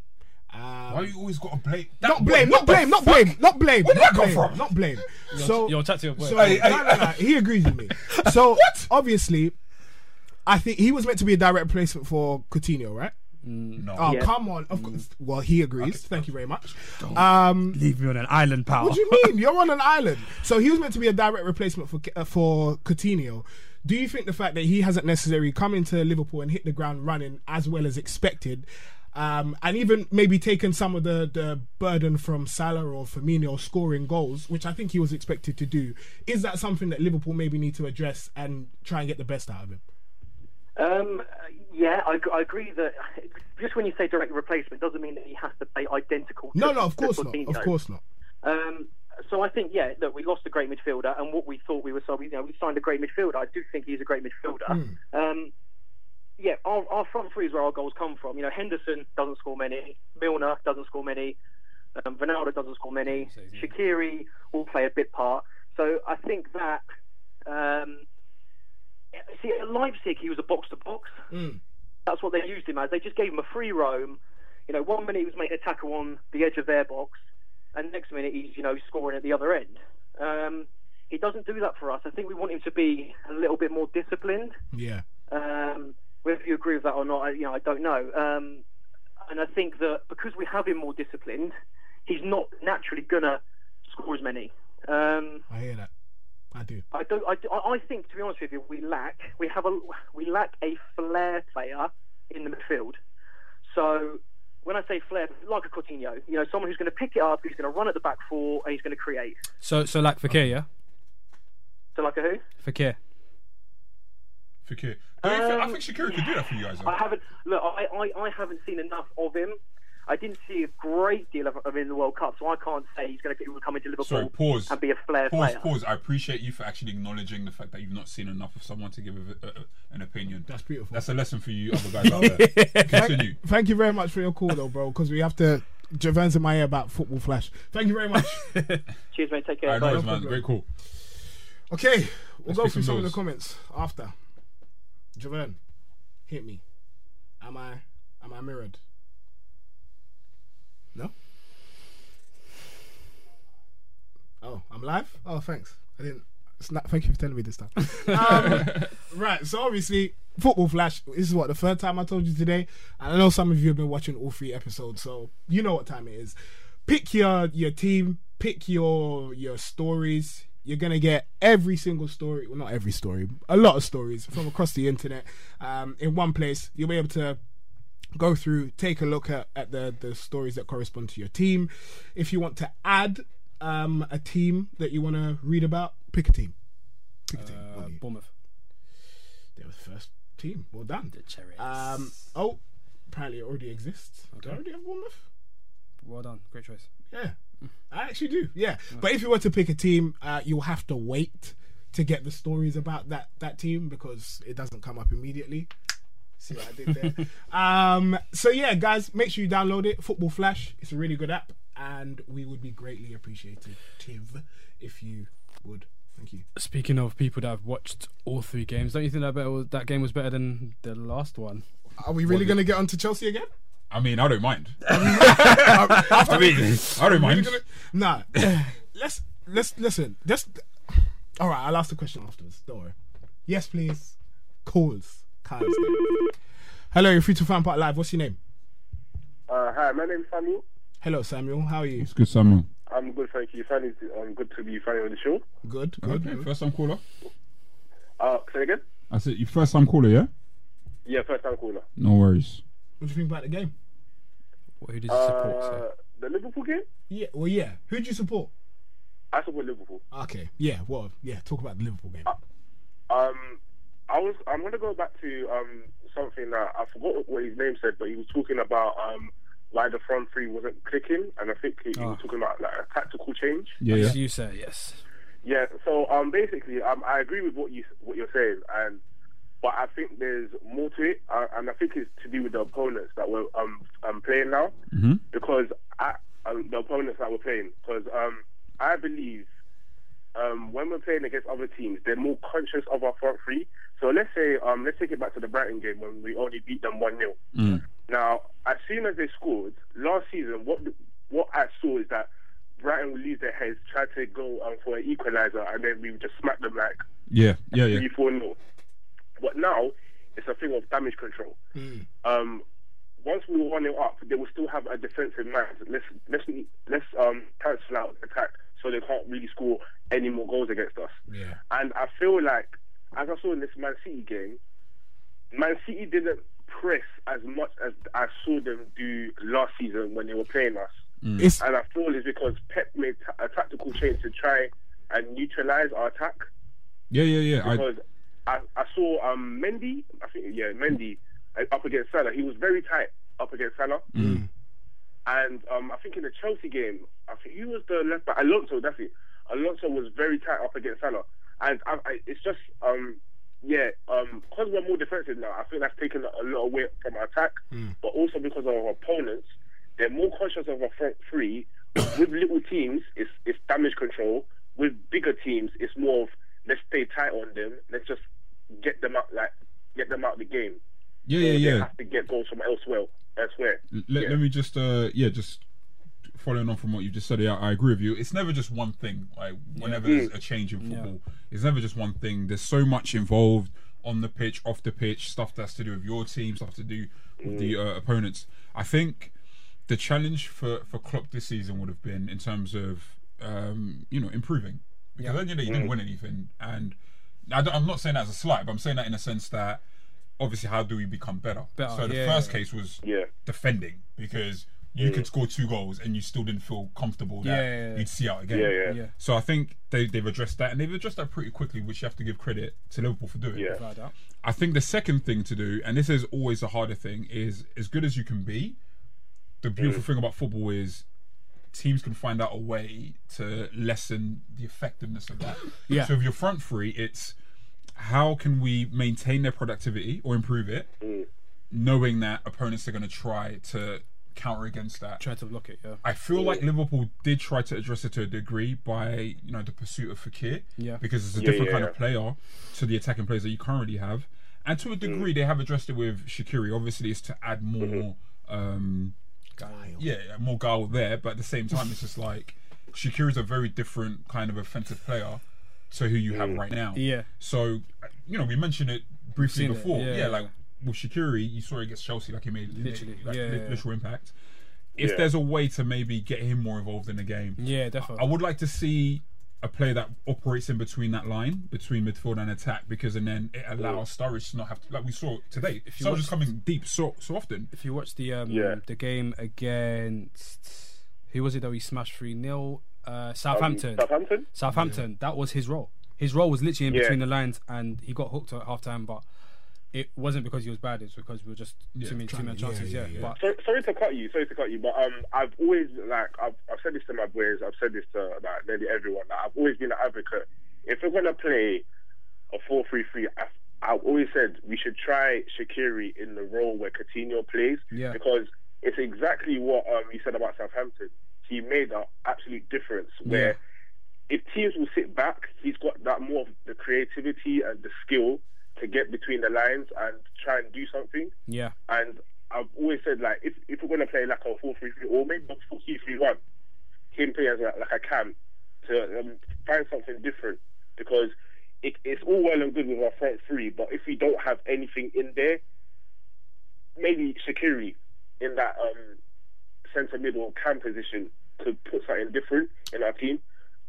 S2: Um,
S3: Why you always got to blame?
S2: not blame, not blame, not blame, not blame.
S3: Where did
S2: not
S3: that come
S2: blame,
S3: from?
S2: Not blame. So
S4: you'll chat to your boy.
S2: So,
S3: Hey, hey,
S2: no, no, no, he agrees with me. So obviously, I think he was meant to be a direct replacement for Coutinho, right?
S3: No.
S2: Oh come on! Of course. Well, he agrees. Thank you very much. Um,
S4: Leave me on an island, pal.
S2: what do you mean? You're on an island. So he was meant to be a direct replacement for uh, for Coutinho. Do you think the fact that he hasn't necessarily come into Liverpool and hit the ground running as well as expected, um, and even maybe taken some of the, the burden from Salah or Firmino scoring goals, which I think he was expected to do, is that something that Liverpool maybe need to address and try and get the best out of him?
S7: Um, yeah, I, I agree that just when you say direct replacement doesn't mean that he has to play identical. to-
S2: No, no, of
S7: to
S2: course not. Of
S7: Coutinho.
S2: course not.
S7: Um, so I think, yeah, look, we lost a great midfielder, and what we thought we were, so we, you know, we signed a great midfielder. I do think he's a great midfielder. Um, yeah, our, our front three is where our goals come from. You know, Henderson doesn't score many, Milner doesn't score many, um, Ronaldo doesn't score many, Shakiri will play a bit part. So I think that, um, see, at Leipzig he was a box to box. That's what they used him as. They just gave him a free roam. You know, one minute he was making a tackle on the edge of their box, and next minute he's you know scoring at the other end. Um, he doesn't do that for us. I think we want him to be a little bit more disciplined.
S2: Yeah.
S7: Um, whether you agree with that or not, I, you know, I don't know. Um, and I think that because we have him more disciplined, he's not naturally gonna score as many. Um,
S2: I hear that. I do.
S7: I don't. I, I think, to be honest with you, we lack. We have a. We lack a flair player in the midfield. So when I say flair, like a Coutinho, you know, someone who's going to pick it up, who's going to run at the back four, and he's going to create.
S4: So, so like Fakir, yeah,
S7: So like a who?
S4: Fakir.
S3: Fakir. Don't you think- I think Shakira could do that for you guys. Though.
S7: I haven't. Look, I, I, I haven't seen enough of him. I didn't see a great deal of, of him in the World Cup, so I can't say he's going to come into Liverpool
S3: Sorry, pause.
S7: and be a flair
S3: pause,
S7: player.
S3: pause. I appreciate you for actually acknowledging the fact that you've not seen enough of someone to give a, a, a- an opinion.
S2: That's beautiful.
S3: That's a lesson for you other guys out there. Continue.
S2: Thank you very much for your call, though, bro, because we have to. Javan's in my ear about football flash. Thank you very much.
S7: Cheers, mate. Take
S3: I
S7: care.
S3: know,
S7: Bye.
S3: it's, man. Great call.
S2: Okay, we'll
S3: Let's
S2: go
S3: pick
S2: through
S3: some
S2: some of the
S3: those.
S2: comments after. Javan, hit me. Am I am I mirrored? No. Oh, I'm live. Oh, thanks. I didn't. It's not, thank you for telling me this time. Um, right. So obviously, football flash. This is what the third time I told you today, and I know some of you have been watching all three episodes, so you know what time it is. Pick your your team. Pick your your stories. You're gonna get every single story. Well, not every story. A lot of stories from across the internet um, in one place. You'll be able to go through, take a look at, at the, the stories that correspond to your team. If you want to add um, a team that you want to read about, pick a team. Pick a team. What
S4: Uh,
S2: do you-
S4: Bournemouth.
S2: They were the first team. Well done.
S4: Cherry.
S2: Um, oh, apparently it already exists. Do I already have Bournemouth?
S4: well done. Great choice.
S2: Yeah, I actually do. Yeah, but if you were to pick a team, uh, you'll have to wait to get the stories about that that team because it doesn't come up immediately. See what I did there? um, so yeah, guys, make sure you download it. Football Flash. It's a really good app, and we would be greatly appreciative if you would. Thank you.
S4: Speaking of people that have watched all three games, don't you think that better was, that game was better than the last one?
S2: Are we really going to get onto Chelsea again?
S3: I mean, I don't mind.
S2: After
S3: I don't
S2: Really
S3: mind.
S2: gonna- Nah, let's let's listen. Just all right. I'll ask the question afterwards. Don't worry. Yes, please. Calls. Cards. Hello, you're free to fan part live. What's your name?
S8: Uh, hi, my name's Samuel.
S2: Hello, Samuel. How are you?
S3: It's good, Samuel.
S8: I'm good, thank you. Funny, to- um, good to be funny on the show.
S2: Good. Good.
S3: Okay, first time caller.
S8: Uh, say again?
S3: I said, you first time caller, yeah?
S8: Yeah, first time caller.
S3: No worries.
S2: What do you think about the game?
S4: What, who did you support?
S8: Uh,
S4: so?
S8: the Liverpool game?
S2: Yeah. Well, yeah. Who do you support?
S8: I support Liverpool.
S2: Okay. Yeah. Well. Yeah. Talk about the Liverpool game.
S8: Um, I was. I'm gonna go back to um something that I forgot what his name said, but he was talking about um why the front three wasn't clicking, and I think he, he was talking about like a tactical change.
S3: Yeah,
S4: As
S3: yeah.
S4: you say, yes.
S8: Yeah. So um, basically, um, I agree with what you what you're saying, and but I think there's more to it, uh, and I think it's to do with the opponents that we're um, um playing now, mm-hmm. because I um, the opponents that we're playing, because um, I believe um, when we're playing against other teams, they're more conscious of our front three. So let's say, um, let's take it back to the Brighton game when we only beat them 1 0. Now, as soon as they scored last season, what what I saw is that Brighton would lose their heads, try to go um, for an equaliser, and then we would just smack them like
S3: Yeah, yeah, yeah.
S8: three, four, no. But now it's a thing of damage control. Um, once we were one nil up, they will still have a defensive mind. Let's let's let's um cancel out the attack so they can't really score any more goals against us.
S3: Yeah.
S8: And I feel like as I saw in this Man City game, Man City didn't press as much as I saw them do last season when they were playing us.
S2: It's
S8: And I feel it's because Pep made t- a tactical change to try and neutralize our attack
S3: Yeah, yeah, yeah. I,
S8: because I, I saw um, Mendy, I think yeah, Mendy uh, up against Salah. He was very tight up against Salah. And um, I think in the Chelsea game, I think he was the left back. Alonso, that's it. Alonso was very tight up against Salah, and I, I, it's just um, yeah, um, because we're more defensive now. I think that's taken a lot away from our attack, but also because of our opponents, they're more conscious of our front three. With little teams, it's it's damage control. With bigger teams, it's more of let's stay tight on them. Let's just get them out, like get them out of the game.
S3: yeah, yeah,
S8: They
S3: yeah.
S8: have to get goals from elsewhere. Elsewhere.
S3: let,
S8: Yeah.
S3: let me just uh yeah just following on from what you just said yeah, i agree with you it's never just one thing like whenever there's a change in
S4: Mm.
S3: football it's never just one thing there's so much involved on the pitch off the pitch stuff that's to do with your team stuff to do with the uh, opponents i think the challenge for for Klopp this season would have been in terms of um you know improving because then you know you didn't win anything and I don't, i'm not saying that as a slight but i'm saying that in a sense that obviously how do we become better,
S4: Better,
S3: so the
S4: yeah,
S3: first
S4: yeah.
S3: case was
S8: Yeah. Mm.
S3: defending because you could score two goals and you still didn't feel comfortable that
S4: Yeah, yeah, yeah.
S3: you'd see out again.
S8: Yeah, yeah.
S4: Yeah.
S3: So I think they, they've addressed that and they've addressed that pretty quickly, which you have to give credit to Liverpool for doing.
S8: Yeah.
S4: Without a doubt.
S3: I think the second thing to do, and this is always the harder thing, is as good as you can be, the beautiful thing about football is teams can find out a way to lessen the effectiveness of that.
S4: Yeah.
S3: So if your front three, it's how can we maintain their productivity or improve it, knowing that opponents are going to try to counter against that.
S4: Try to block it. Yeah.
S3: I feel like Liverpool did try to address it to a degree by you know the pursuit of Fakir,
S4: Yeah.
S3: because it's a
S8: Yeah,
S3: different
S8: yeah,
S3: kind of
S8: yeah.
S3: player to the attacking players that you currently have, and
S8: Mm.
S3: to a degree they have addressed it with Shakiri. Obviously, it's to add
S8: Mm-hmm.
S3: more, um, yeah, more guile there, but at the same time, it's just like Shakiri is a very different kind of offensive player to who you have
S8: Mm.
S3: right now.
S4: Yeah.
S3: So, you know, we mentioned it briefly
S4: Seen it,
S3: before.
S4: yeah.
S3: yeah, like with Shakiri, you saw it against Chelsea, like he made
S4: Literally,
S3: like,
S4: yeah,
S3: li-
S4: yeah.
S3: literal impact. If
S8: Yeah.
S3: there's a way to maybe get him more involved in the game,
S4: Yeah,
S3: I
S4: definitely.
S3: would like to see a player that operates in between that line between midfield and attack because and then it allows Sturridge to not have to like we saw today.
S4: If you
S3: Sturridge is
S4: watch-
S3: coming deep so so often.
S4: if you watch the um
S8: Yeah.
S4: the game against who was it that we smashed three 0 uh, Southampton.
S8: Um, Southampton.
S4: Southampton. That was his role. His role was literally in
S8: Yeah.
S4: between the lines, and he got hooked at half time, but. It wasn't because he was bad. It's because we were just too many, too many chances. Yeah, but
S8: So, sorry to cut you. Sorry to cut you, but um, I've always like I've, I've said this to my boys. I've said this to like nearly everyone. Like, I've always been an advocate. If we're gonna play a four-three-three, I've, I've always said we should try Shakiri in the role where Coutinho plays
S4: Yeah.
S8: because it's exactly what um you said about Southampton. He made an absolute difference where.
S4: Yeah.
S8: If teams will sit back, he's got that more of the creativity and the skill to get between the lines and try and do something.
S4: yeah,
S8: And I've always said like if, if we're gonna play like a four three three or maybe four two three one, him play as a, like a cam to um, find something different because it, it's all well and good with our front three, but if we don't have anything in there, maybe Shakiri in that um, centre middle cam position could put something different in our team.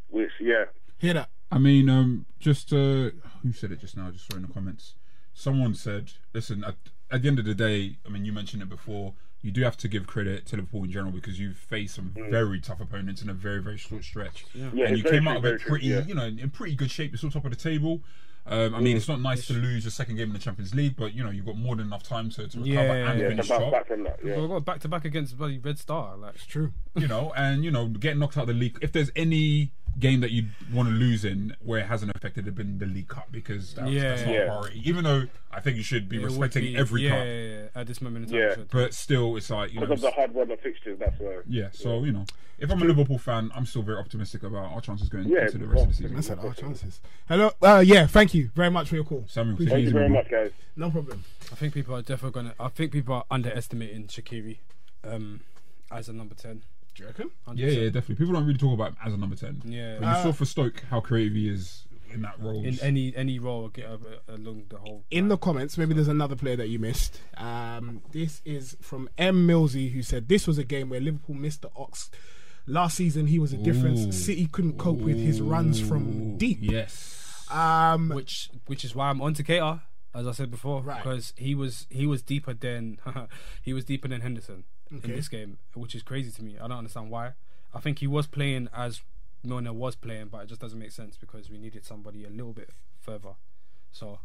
S8: Which yeah,
S2: hear that?
S3: I mean, um, just uh, who said it just now? I just saw in the comments. Someone said, "Listen, at, at the end of the day, I mean, you mentioned it before. You do have to give credit to Liverpool in general because you've faced some very tough opponents in a very, very short stretch,
S8: Yeah,
S3: and
S8: it's
S3: you
S8: very
S3: came out
S8: true,
S3: of
S8: very
S3: it
S8: true,
S3: pretty,
S8: yeah. Mm.
S3: you know, in pretty good shape. You're still top of the table. Um, I mean, it's not nice to lose your second game in the Champions League, but you know, you've got more than enough time to, to recover
S4: Yeah,
S3: and
S4: yeah,
S8: yeah,
S3: finish
S8: to bounce
S3: top
S8: back from that. Yeah.
S4: we got back to back against bloody Red Star. Like,
S2: It's true.
S3: you know, and you know, getting knocked out of the league. If there's any game that you want to lose in where it hasn't affected it been the League Cup because that was,
S4: Yeah.
S3: that's not a
S8: Yeah.
S3: priority. Even though I think you should be
S4: It would
S3: respecting
S4: be-
S3: every
S4: yeah,
S3: cup,
S4: yeah, yeah, at this moment in time.
S8: Yeah.
S4: it should.
S3: but still, it's like you know,
S8: because of the hard run of fixtures. That's why.
S3: yeah. So you know, if I'm a Liverpool fan, I'm still very optimistic about our chances going
S8: Yeah,
S3: into the rest of the season.
S8: well,
S2: I said our chances. Hello. Uh, yeah. Thank you very much for your call.
S3: Samuel,
S2: Appreciate
S3: take it
S8: Thank
S3: easy,
S8: you
S3: my
S8: very
S3: bro.
S8: much, guys.
S2: it. No problem.
S4: I think people are definitely gonna. I think people are underestimating Shakiri um, as a number ten.
S2: Do you reckon?
S3: Yeah, yeah, definitely. People don't really talk about him as a number ten.
S4: Yeah. Uh,
S3: but you saw for Stoke how creative he is in that role.
S4: In any any role, get uh, along the whole.
S2: in the comments, maybe there's another player that you missed. Um, this is from M. Millsy, who said this was a game where Liverpool missed the ox. Last season, he was a difference.
S3: Ooh.
S2: City couldn't cope with his runs from deep.
S3: Yes.
S2: Um,
S4: which which is why I'm on to Cater, as I said before,
S2: Right.
S4: because he was he was deeper than he was deeper than Henderson in this game, which is crazy to me. I don't understand why. I think he was playing as Milner was playing, but it just doesn't make sense because we needed somebody a little bit further. So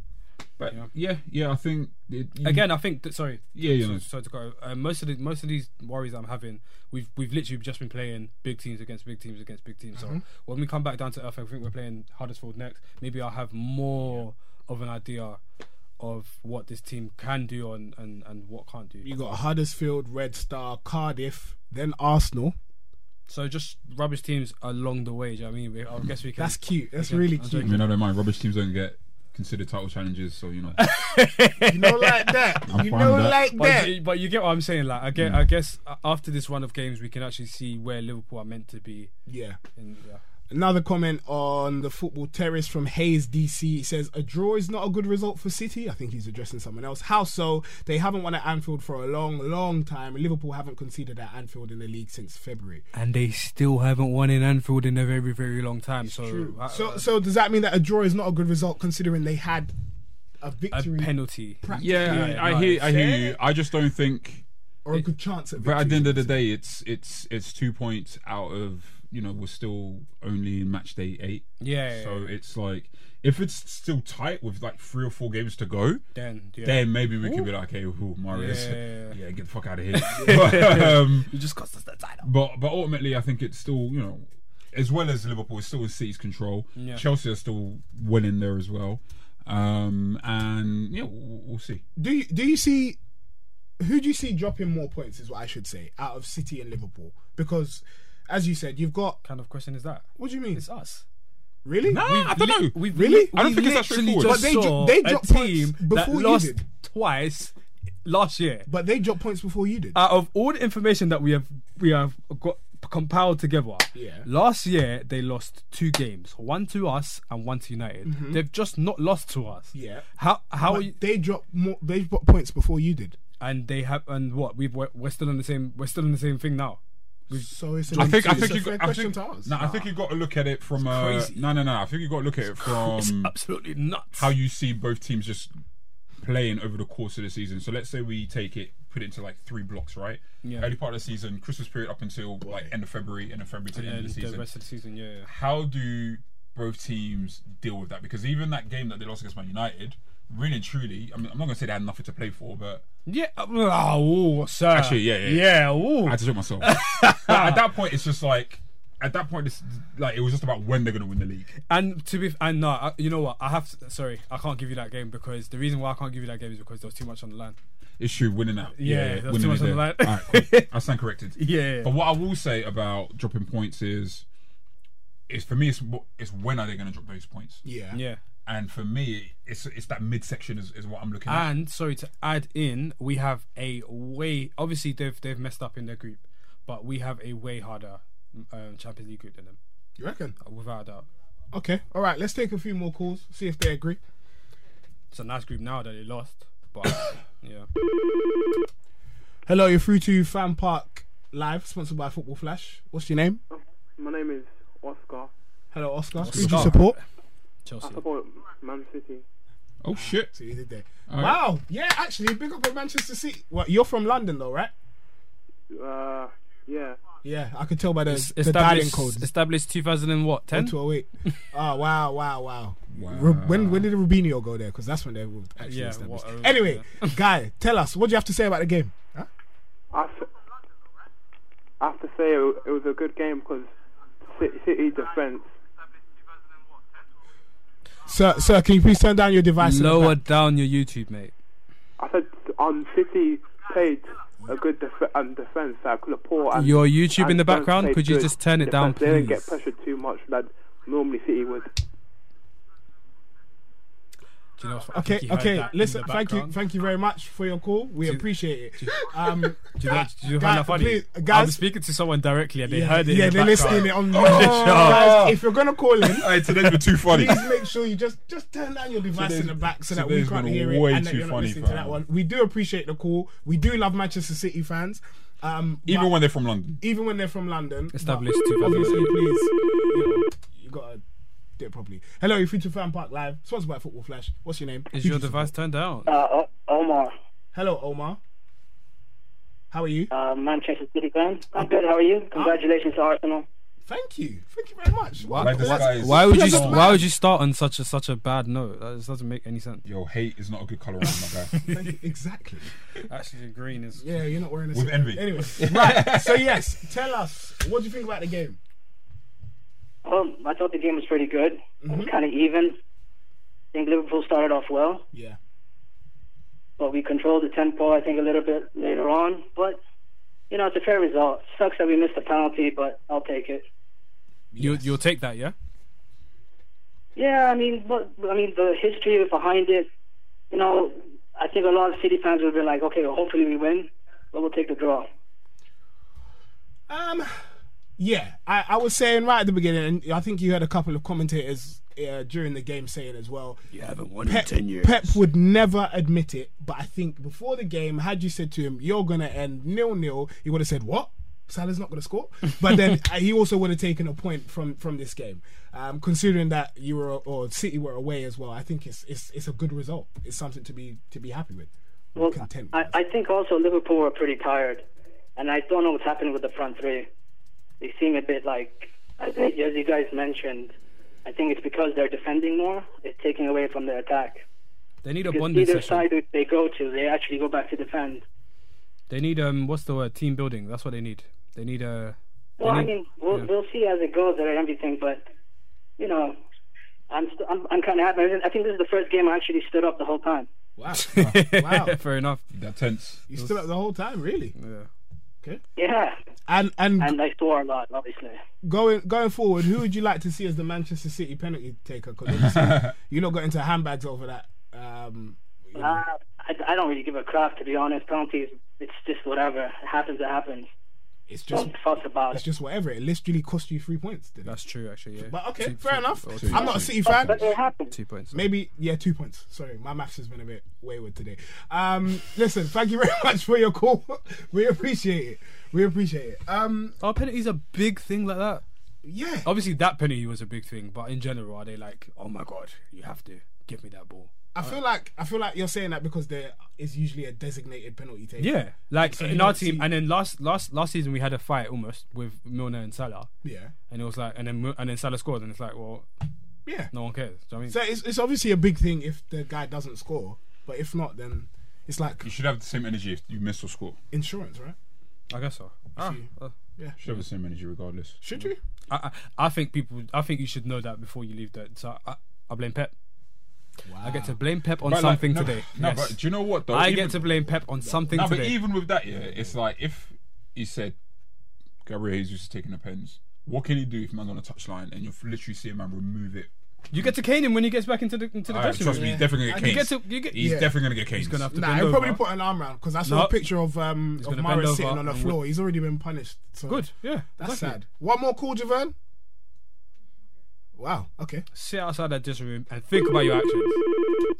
S3: But
S4: Yeah.
S3: yeah, yeah, I think it, you-
S4: again, I think that, sorry,
S3: Yeah, yeah,
S4: so,
S3: no.
S4: sorry to go. Uh, most of the most of these worries I'm having, we've we've literally just been playing big teams against big teams against big teams.
S3: Mm-hmm.
S4: So when we come back down to earth, I think we're playing Huddersfield next. Maybe I'll have more of an idea of what this team can do and and, and what can't do.
S2: you got Huddersfield, Red Star, Cardiff, then Arsenal.
S4: So just rubbish teams along the way. Do you know what I mean? We- I guess we can.
S2: That's cute. That's
S4: Okay.
S2: really
S4: I'm
S3: I
S2: cute.
S3: mean, I don't mind. Rubbish teams don't get considered title challenges, so you know.
S2: You know, like that.
S3: I'm
S2: you
S3: fine
S2: know,
S3: with that.
S2: like
S4: But,
S2: that.
S4: you- but you get what I'm saying. Like I
S3: Mm.
S4: get, I guess uh, after this run of games, we can actually see where Liverpool are meant to be.
S2: Yeah.
S4: In, yeah.
S2: Another comment on the football terrace from Hayes DC He says a draw is not a good result for City. I think he's addressing someone else. How so? They haven't won at Anfield for a long, long time. Liverpool haven't conceded at Anfield in the league since February.
S4: and they still haven't won in Anfield in a very, very long time. so, uh,
S2: So, so does that mean that a draw is not a good result considering they had a
S4: a
S2: victory
S4: penalty.
S2: practically
S3: yeah,
S4: Yeah,
S3: I, I
S4: no,
S3: hear, I hear you. I just don't think.
S2: or a good chance at victory?
S3: But at the end of the day, it's it's it's two points out of you know we're still only in match day eight.
S4: Yeah.
S3: So it's like if it's still tight with like three or four games to go,
S4: Then, yeah.
S3: then maybe we could be like, okay, ooh, Marius,
S4: Yeah.
S3: yeah. get the fuck out of here. but, um,
S4: You just cost us the title.
S3: but but ultimately, I think it's still you know, as well as Liverpool, it's still in City's control.
S4: Yeah.
S3: Chelsea are still well in there as well, um, and yeah, we'll, we'll see.
S2: do you do you see who do you see dropping more points? Is what I should say out of City and Liverpool because, as you said, you've got.
S4: Kind of question is that?
S2: What do you mean?
S4: It's us.
S2: Really?
S3: Nah, I don't know.
S4: We
S2: Really?
S3: I don't
S4: we
S3: think it's that
S4: literally
S3: straightforward.
S4: Just
S2: But they dro-
S4: saw
S2: they
S4: a
S2: dropped
S4: team
S2: points
S4: that
S2: before you
S4: lost
S2: did.
S4: twice last year.
S2: But they dropped points before you did.
S4: Out of all the information that we have, we have got compiled together.
S2: Yeah.
S4: Last year they lost two games, one to us and one to United. They've just not lost to us.
S2: Mm-hmm. Yeah.
S4: How? How?
S2: But
S4: are you,
S2: they dropped more. They dropped points before you did.
S4: and they have and what we've we're, we're still on the same we're still on the same thing now.
S2: So it's a,
S3: I think I
S2: it's
S3: think
S2: a
S3: you
S2: fair
S3: I
S2: question
S3: think,
S2: to ask.
S3: no, I think you got to look at it from uh,
S4: crazy.
S3: no no no. I think you got to look at it
S4: It's
S3: from
S4: absolutely nuts.
S3: how you see both teams just playing over the course of the season. So let's say we take it, put it into like three blocks, right?
S4: Yeah.
S3: Early part of the season, Christmas period up until like end of February, end of February to the end
S4: and
S3: of the
S4: the
S3: season.
S4: rest of the season, yeah. yeah.
S3: How do both teams deal with that? Because even that game that they lost against Man United, really and truly, I mean, I'm not gonna say they had nothing to play for, but
S4: Yeah. uh, Oh, sir.
S3: Actually, yeah, yeah,
S4: Yeah. ooh.
S3: I had to do it myself. But at that point, it's just like. At that point, it's like it was just about when they're going to win the league.
S4: And to be, f- and no, I, you know what? I have. To, sorry, I can't give you that game because the reason why I can't give you that game is because there was too much on the line.
S3: It's true, winning that.
S4: Yeah, that's too
S3: winning
S4: much
S3: is
S4: on the
S3: there.
S4: line.
S3: All right, cool. I stand corrected.
S4: Yeah.
S3: But what I will say about dropping points is, is for me, it's wh- it's when are they going to drop those points?
S2: yeah.
S4: Yeah.
S3: And for me, it's it's that midsection is, is what I'm looking at.
S4: And sorry to add in, we have a way. Obviously, they've they've messed up in their group, but we have a way harder um, Champions League group than them,
S2: You reckon?
S4: without a doubt.
S2: Okay. All right. Let's take a few more calls. See if they agree.
S4: It's a nice group now that they lost, but yeah.
S2: Hello, you're through to Fan Park Live, sponsored by Football Flash. What's your name?
S7: My name is Oscar.
S2: Hello, Oscar. Who do you
S4: Oscar.
S2: support?
S4: Chelsea.
S7: support Man City.
S3: Oh shit!
S2: See what you did there.
S3: All right.
S2: Wow. Yeah. Actually, big up at Manchester City. Well, you're from London though, right?
S7: Uh, yeah.
S2: Yeah. I could tell by the, the dialing
S4: established,
S2: code.
S4: established 2000 and what 10
S2: 208. Oh wow, wow, wow.
S3: Wow.
S2: Ru- when when did Rubinho go there? Because that's when they were actually
S4: Yeah,
S2: established.
S4: what- uh,
S2: anyway, guy, tell us what do you have to say about the game? Huh?
S7: I have to, I have to say it, wa- it was a good game because City, City defense
S2: Sir, sir, can you please turn down your device?
S4: Lower down your YouTube, mate.
S9: I said on City played a good def- um, defense. I could have poor. And,
S4: Your YouTube in
S9: and
S4: the
S9: Spurs
S4: background,
S9: played
S4: could you
S9: good
S4: just turn it down,
S9: defense. They didn't get
S4: please?
S9: pressured too much that normally City would.
S4: Do you know what? I
S2: Okay,
S4: think he heard
S2: okay.
S4: that in
S2: Listen,
S4: the
S2: thank you,
S4: background.
S2: thank you very much for your call. We appreciate it. Um,
S4: Do you, know, do you
S2: guys,
S4: find that funny?
S2: please,
S4: I was
S2: guys,
S4: speaking to someone directly and they
S2: yeah,
S4: heard it.
S2: yeah,
S4: in the
S2: they're listening it
S4: background.
S2: on.
S4: Oh,
S2: guys, if you're gonna call in,
S3: Hey, today's been too funny.
S2: Please make sure you just just turn down your device
S3: Today's-
S2: in the back so that we
S3: today's
S2: can't
S3: been
S2: hear it
S3: way
S2: and that
S3: too
S2: you're not
S3: funny,
S2: listening to
S3: fam.
S2: that one. We do appreciate the call. We do love Manchester City fans. Um,
S3: Even
S2: but-
S3: when they're from London.
S2: even when they're from London.
S4: Established
S2: but
S4: 2000.
S2: Obviously, please, you, know, you gotta do it properly. Hello, you're free to Fan Park Live, sponsored by Football Flash. What's your name?
S4: Is
S2: Who
S4: your
S2: do you
S4: device turned down?
S10: Uh, Omar,
S2: support? Hello, Omar. How are you?
S10: uh, Manchester City fan. I'm good. How are you? Congratulations to Arsenal.
S2: Thank you. Thank you very much. Wow.
S3: Like this guy is-
S4: Why would you?
S3: Yes, man.
S4: Why would you start on such a such a bad note? That just doesn't make any sense.
S3: Yo, hate is not a good colour on my guy.
S2: Thank you. Exactly.
S4: Actually, green is.
S2: Yeah, you're not wearing a
S3: With
S2: suit.
S3: envy.
S2: Anyway, right. So yes, tell us what do you think about the game?
S4: Oh.
S10: Well, I thought the game was pretty good. It was
S4: Mm-hmm.
S10: kind of even. I think Liverpool started off well,
S2: Yeah.
S10: but we controlled the tempo, I think, a little bit later on. But, you know, it's a fair result. Sucks that we missed the penalty, but I'll take it.
S4: You you'll take that, yeah.
S10: Yeah, I mean, but I mean, the history behind it, you know, I think a lot of City fans would be like, okay, well, hopefully we win, but we'll take the draw.
S2: Um, yeah, I, I was saying right at the beginning, and I think you had a couple of commentators uh, during the game saying as well. You haven't won Pep, in ten years. Pep would never admit it, but I think before the game, had you said to him, "You're gonna end nil nil," he would have said, "What?" Salah's not going to score, but then uh, he also would have taken a point from from this game, um, considering that you were or City were away as well. I think it's it's it's a good result. It's something to be to be happy with,
S10: Well,
S2: content.
S10: I, I think also Liverpool are pretty tired, and I don't know what's happened with the front three. They seem a bit like, I think, as you guys mentioned, I think it's because they're defending more. It's taking away from their attack.
S4: They need a
S10: Because
S4: bonding
S10: either
S4: session.
S10: side that they go to, they actually go back to defend.
S4: They need um, what's the word? Team building. That's what they need. They need a. they
S10: Well, I
S2: Mm-hmm.
S4: need-
S10: mean, we'll,
S4: yeah.
S10: we'll see as it goes and everything, but you know, I'm st- I'm, I'm kind of happy. I think this is the first game I actually stood up the whole time.
S2: wow, wow,
S4: Fair enough.
S3: that tense.
S2: you stood up the whole time, really,
S10: Yeah,
S2: and and
S10: and I swore a lot, obviously.
S2: going going forward, who would you like to see as the Manchester City penalty taker? Because you not got into handbags over that. Um, you know.
S10: Uh, I, I don't really give a crap to be honest. Penalties, it's just whatever it happens. It happens.
S2: it's just
S10: Don't fuss about
S2: it's
S10: it.
S2: just whatever. It literally cost you three points. Didn't it?
S4: That's true, actually. Yeah.
S2: But okay,
S4: Two-
S2: fair
S4: two-
S2: enough.
S4: or
S2: I'm not a City fan.
S10: But it happens.
S4: Two points.
S2: Maybe yeah, two points. Sorry, my maths has been a bit wayward today. Um, listen, thank you very much for your call. we appreciate it. We appreciate it. Um,
S4: Are penalties a big thing like that?
S2: yeah.
S4: Obviously, that penalty was a big thing, but in general, are they like, oh my god, you have to give me that ball?
S2: I feel like I feel like you're saying that because there is usually a designated penalty taker.
S4: Yeah, like
S2: So you
S4: in our
S2: don't
S4: team.
S2: see-
S4: And then last last last season, we had a fight almost with Milner and Salah,
S2: yeah,
S4: and it was like, and then Mil- and then Salah scored, and it's like, well,
S2: yeah.
S4: no one cares. Do you know what I mean?
S2: So it's, it's obviously a big thing if the guy doesn't score, but if not, then it's like
S3: You should have the same energy if you miss or score.
S2: insurance, right?
S4: I guess so. Ah, uh,
S3: You should have the same energy regardless.
S2: Should you?
S4: I, I I think people. I think you should know that before you leave. That so I, I blame Pep. I get to blame Pep on
S3: But, like,
S4: something
S3: no,
S4: today.
S3: No,
S4: yes.
S3: but do you know what though?
S4: I
S3: Even-
S4: get to blame Pep on something
S3: No, but
S4: today.
S3: even with that, yeah, it's like if he said Gabriel Jesus is taking the pens, what can he do if man's on a touchline and you literally see a man remove it?
S4: you get to cane him when he gets back into the into the
S3: Alright,
S4: dressing
S3: trust
S4: room.
S3: me, he's definitely gonna
S4: You
S3: get
S4: get
S3: canes.
S4: to you get.
S3: He's
S2: Yeah.
S3: definitely gonna get canes.
S4: He's gonna have to
S2: Nah,
S4: bend
S2: he'll probably
S4: over.
S2: put an arm round because I saw
S4: No.
S2: a picture of um of
S4: gonna
S2: Mara
S4: bend
S2: sitting
S4: over
S2: on the
S4: and
S2: floor. He's already been punished. So
S4: Good, yeah.
S2: That's
S4: exactly.
S2: sad. One more call, Javon. Wow. Okay.
S4: Sit outside that dressing room and think about your actions.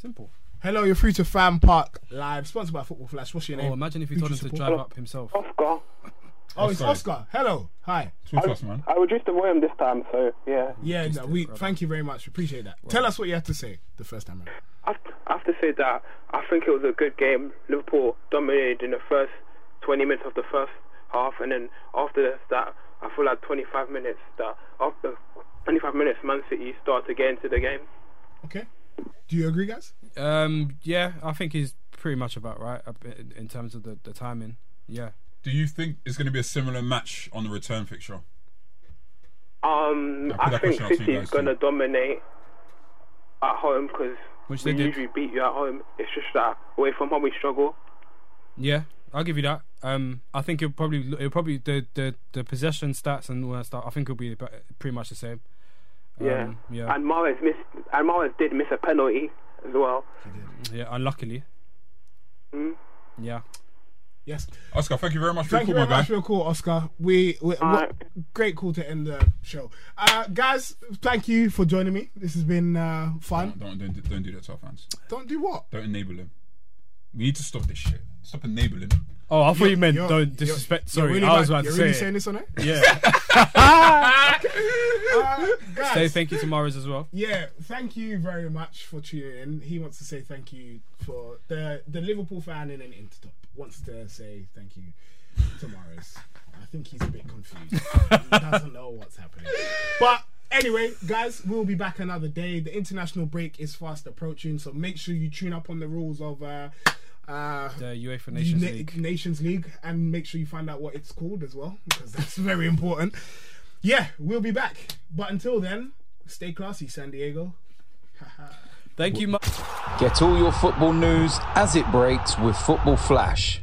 S4: Simple.
S2: Hello, you're through to Fan Park Live, sponsored by Football Flash. What's your name?
S4: Oh, imagine if he
S2: Who
S4: told
S2: do
S4: him
S2: you
S4: to
S2: support?
S4: drive up himself.
S9: Oscar,
S2: Oh, it's
S3: Oscar.
S2: Oscar. Hello. Hi.
S3: Talk to us, man.
S9: I was just avoid him this time, so yeah.
S2: Yeah. No, we thank you very much. Appreciate that. Tell us what you had to say the first time round.
S9: I have to say that I think it was a good game. Liverpool dominated in the first 20 minutes of the first half, and then after that, I feel like 25 minutes that after 25 minutes, Man City started to get into the game.
S2: Okay. Do you agree, guys?
S4: Um, yeah, I think he's pretty much about right up in, in terms of the, the timing. Yeah.
S3: Do you think it's gonna be a similar match on the return fixture?
S9: Um,
S3: Yeah, put that
S9: I think
S7: Um,
S3: question out to you
S9: City is
S3: guys
S9: going to
S3: too.
S9: dominate.
S7: at home because
S4: Which
S7: we
S4: they did.
S7: usually beat you at home. It's just that away from home we struggle.
S4: Yeah, I'll give you that. Um, I think it'll probably it'll probably the, the, the possession stats and all that stuff. I think it'll be about- pretty much the same.
S7: Yeah.
S4: Um, yeah.
S7: And Mahrez missed. And Mahrez did miss a penalty as well.
S4: yeah. Unluckily.
S7: Mm.
S4: Yeah.
S2: Yes.
S3: Oscar, thank you very much for
S2: Thank you very
S3: your call, my
S2: much
S3: guy.
S2: for your call, Oscar. We, we
S7: All
S2: what-
S7: right.
S2: great call to end the show, uh, guys. Thank you for joining me. This has been uh,
S3: Don't,
S2: fun.
S3: don't, don't, don't do that to our fans.
S2: Don't do what?
S3: Don't enable them. We need to stop this shit. Stop enabling them.
S4: Oh, I thought you meant
S2: You're-
S4: don't
S2: you're-
S4: disrespect.
S2: you're
S4: Sorry,
S2: really
S4: I was
S2: bad-
S4: about to
S2: you're
S4: say.
S2: really
S4: it.
S2: saying this on it.
S4: Yeah.
S2: Uh, guys,
S4: Say thank you to Mahrez as well.
S2: Yeah, thank you very much for tuning in. He wants to say thank you for the the Liverpool fan in an intertop wants to say thank you to Morris. I think he's a bit confused. he doesn't know what's happening. But anyway, guys, we'll be back another day. The international break is fast approaching, so make sure you tune up on the rules of uh uh
S4: The UEFA Nations
S2: Na-
S4: League.
S2: Nations League, and make sure you find out what it's called as well, because that's very important. Yeah, we'll be back. But until then, stay classy, San Diego.
S4: Thank you. Ma-
S1: Get all your football news as it breaks with Football Flash.